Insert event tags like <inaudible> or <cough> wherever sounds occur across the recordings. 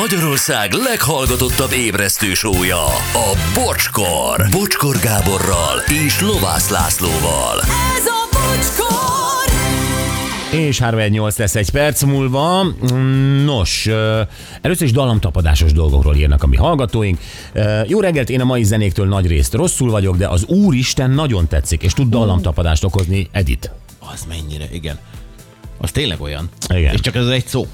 Magyarország leghallgatottabb ébresztő sója, a Bocskor. Bocskor Gáborral és Lovász Lászlóval. Ez a bocskor! És 318 lesz egy perc múlva. Mm, Nos, ö, először is dallamtapadásos dolgokról írnak a mi hallgatóink. Ö, Jó reggelt, én a mai zenéktől nagy részt rosszul vagyok, de az Úristen nagyon tetszik, és tud dallamtapadást okozni Edit. Az mennyire, igen. Az tényleg olyan. Igen. És csak ez az egy szó.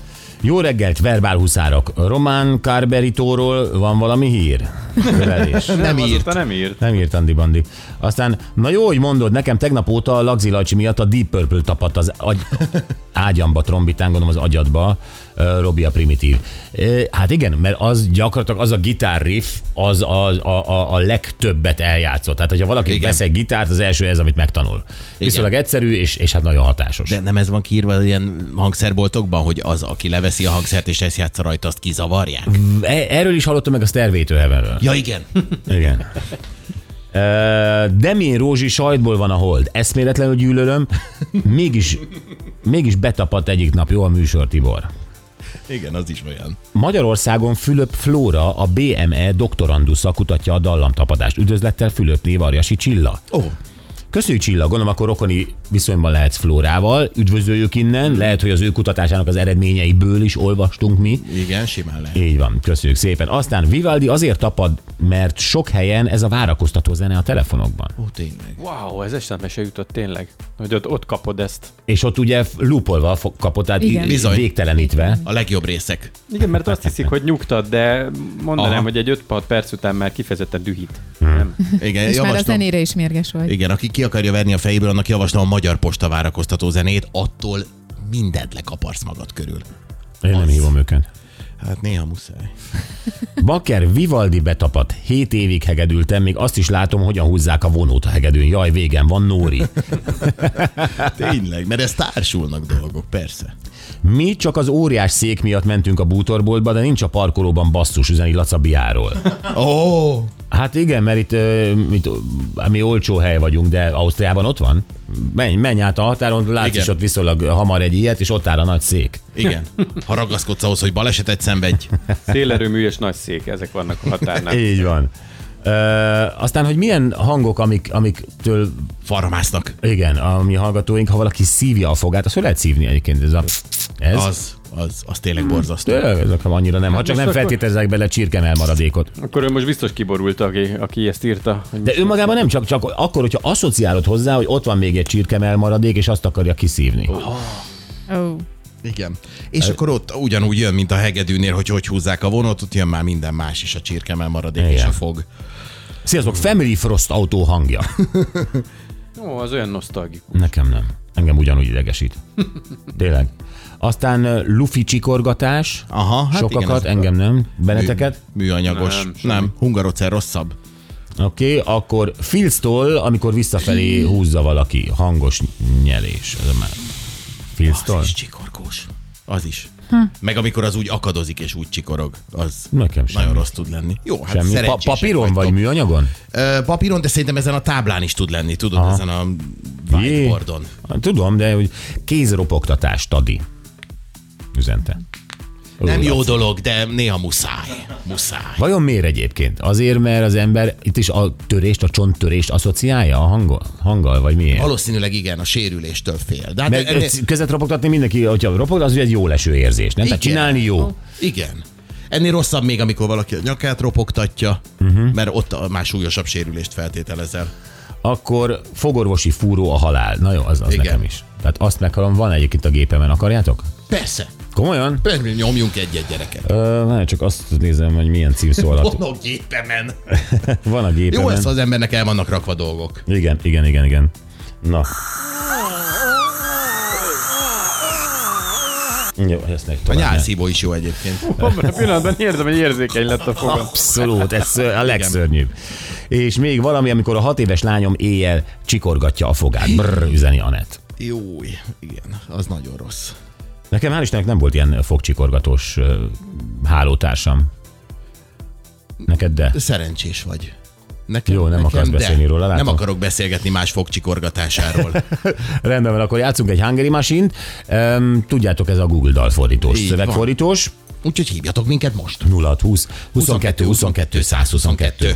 Jó reggelt, verbál huszárok. Román Kárberítóról van valami hír? Kövelés. Nem írt. Azóta nem írt. Nem írt Andi Bandi. Aztán, na jó, hogy mondod, nekem tegnap óta a Lagzi Lajcsi miatt a Deep Purple tapadt az agy... <laughs> ágyamba, trombitán, gondolom az agyadba, Ö, Robi a primitív. Ö, Hát igen, mert az gyakorlatilag az a gitárriff, az a, a, a, a legtöbbet eljátszott. Tehát, hogyha valaki Igen. vesz egy gitárt, az első ez, amit megtanul. Viszonylag egyszerű, és, és hát nagyon hatásos. De nem ez van kiírva az ilyen hangszerboltokban, hogy az, aki leveszi a hangszert és ezt játsza rajta, azt kizavarják? E- Erről is hallottam meg a Stairway Heavenről. Ja, igen. Igen. Ö, Demén Rózsi sajtból van a hold. Eszméletlenül gyűlölöm. Mégis, mégis betapadt egyik nap. Jó a műsor, Tibor. <laughs> igen, az is olyan. Magyarországon Fülöp Flóra, a BME doktorandusza kutatja a dallamtapadást. Üdvözlettel Fülöp Névarjasi Csilla. Ó, oh, Köszönjük Csilla, gondolom akkor rokoni viszonyban lehetsz Flórával. Üdvözöljük innen. Lehet, hogy az ő kutatásának az eredményeiből is olvastunk mi. igen, simán lehet. Így van, köszönjük szépen. Aztán Vivaldi azért tapad, mert sok helyen ez a várakoztató zene a telefonokban. Ó, tényleg. Wow, ez eszembe se jutott tényleg, hogy ott, ott kapod ezt. És ott ugye lúpolva fog- kapott, tehát Igen. í- Bizony. végtelenítve. A legjobb részek. Igen, mert azt hiszik, hogy nyugtat, de mondanám, Aha. hogy egy 5-6 perc után már kifejezetten dühít. Nem? Igen, És már a javaslom. zenére is mérges vagy. Igen, aki ki akarja verni a fejéből, annak javaslom a Magyar Posta várakoztató zenét, attól mindent lekaparsz magad körül. Én nem hívom őket. Hát néha muszáj. Bakker Vivaldi betapadt. Hét évig hegedültem, még azt is látom, hogyan húzzák a vonót a hegedűn. Jaj, végem van, Nóri. Tényleg, mert ez társulnak dolgok, persze. Mi csak az óriás szék miatt mentünk a bútorboltba, de nincs a parkolóban basszus üzeni Laca Biáról. Ó, oh, Hát igen, mert itt, ö, itt ö, mi olcsó hely vagyunk, de Ausztriában ott van. Menj, menj át a határon, látsz Igen. is ott viszonylag hamar egy ilyet, és ott áll a nagy szék. igen. Ha ragaszkodsz ahhoz, hogy balesetet szenvedj, Szélerőmű és nagy szék, ezek vannak a határnál. Így van. Ö, aztán, hogy milyen hangok, amik, amiktől farmásznak. Igen, a mi hallgatóink, ha valaki szívja a fogát, azt hogy lehet szívni egyébként? Ez, a, ez? Az. Az, az, az tényleg borzasztó. Ezek annyira nem, ha csak nem most akkor- feltételezek bele csirkem elmaradékot. Akkor ő most biztos kiborult, aki, aki ezt írta. hogy De önmagában nem csak, csak akkor, hogyha asszociálod hozzá, hogy ott van még egy csirkem elmaradék, és azt akarja kiszívni. Ó, Igen. És akkor ott ugyanúgy jön, mint a hegedűnél, hogy hogy húzzák a vonat, ott jön már minden más is, a csirkemel maradék igen. és Igen. a fog. Sziasztok, Family Frost autó hangja. Ó, az olyan nosztalgikus. Nekem nem. Engem ugyanúgy idegesít. Tényleg. Aztán ö, lufi csikorgatás. Aha, hát igen, Sokakat, ez- engem nem. Benneteket? Mű, műanyagos. Nem, Nem, semmi. nem. hungarocer rosszabb. Oké, okay, akkor Filztól, amikor visszafelé húzza valaki, hangos nyelés. Ez a már. Filztól? Az is csikorkós. Az is. Hm. Meg amikor az úgy akadozik és úgy csikorog, az Nekem semmi. nagyon rossz tud lenni. Jó, hát Semmi. Pa- szerencsések papíron vagy vagytok. műanyagon? Ö, papíron, de szerintem ezen a táblán is tud lenni, tudod, Aha. ezen a whiteboardon. Hát Tudom, de hogy kézropogtatás, Tadi. Üzente. Nem Ó, jó Laci. dolog, de néha muszáj. Muszáj. Vajon miért egyébként? Azért, mert az ember itt is a törést, a csonttörést asszociálja a hanggal, hanggal vagy miért? Valószínűleg igen, a sérüléstől fél. De hát Mert ennél- ennél... között ropogtatni mindenki, hogyha ropog, az ugye egy jó leső érzés, nem? Tehát Igen. csinálni jó. Igen. Ennél rosszabb még, amikor valaki a nyakát ropogtatja, Mhm. uh-huh. mert ott a- már súlyosabb sérülést feltételezel. Akkor fogorvosi fúró a halál. Na jó, az, az Igen. nekem is. Tehát azt meghalom, van egyébként a gépemen, akarjátok? Persze, Komolyan? persze, nyomjunk egyet gyereket. Ö, na, csak azt nézem, hogy milyen címszó alatt Honnan gépemen. van a gépemen. <laughs> Jó, ez ha az embernek el vannak rakva dolgok. Igen, igen, igen, igen. Na. Jó, ezt ne A tovább. nyálszívó is jó egyébként. Abban a pillanatban érzem, hogy érzékeny lett a fogam. Abszolút, ez a legszörnyűbb. És még valami, amikor a hat éves lányom éjjel csikorgatja a fogát. Brr, üzeni Anett. Jó, igen, az nagyon rossz. Nekem hál' Istennek nem volt ilyen fogcsikorgatós ö, hálótársam. Neked de? Szerencsés vagy. Nekem, Jó, nem nekem, akarsz de. beszélni róla, látom. Nem akarok beszélgetni más <laughs> fogcsikorgatásáról. Rendben van, akkor játszunk egy Hungary machine Tudjátok, ez a Google dalfordítós, Így van. szövegfordítós. Úgyhogy hívjatok minket most. 0620 22 22 122.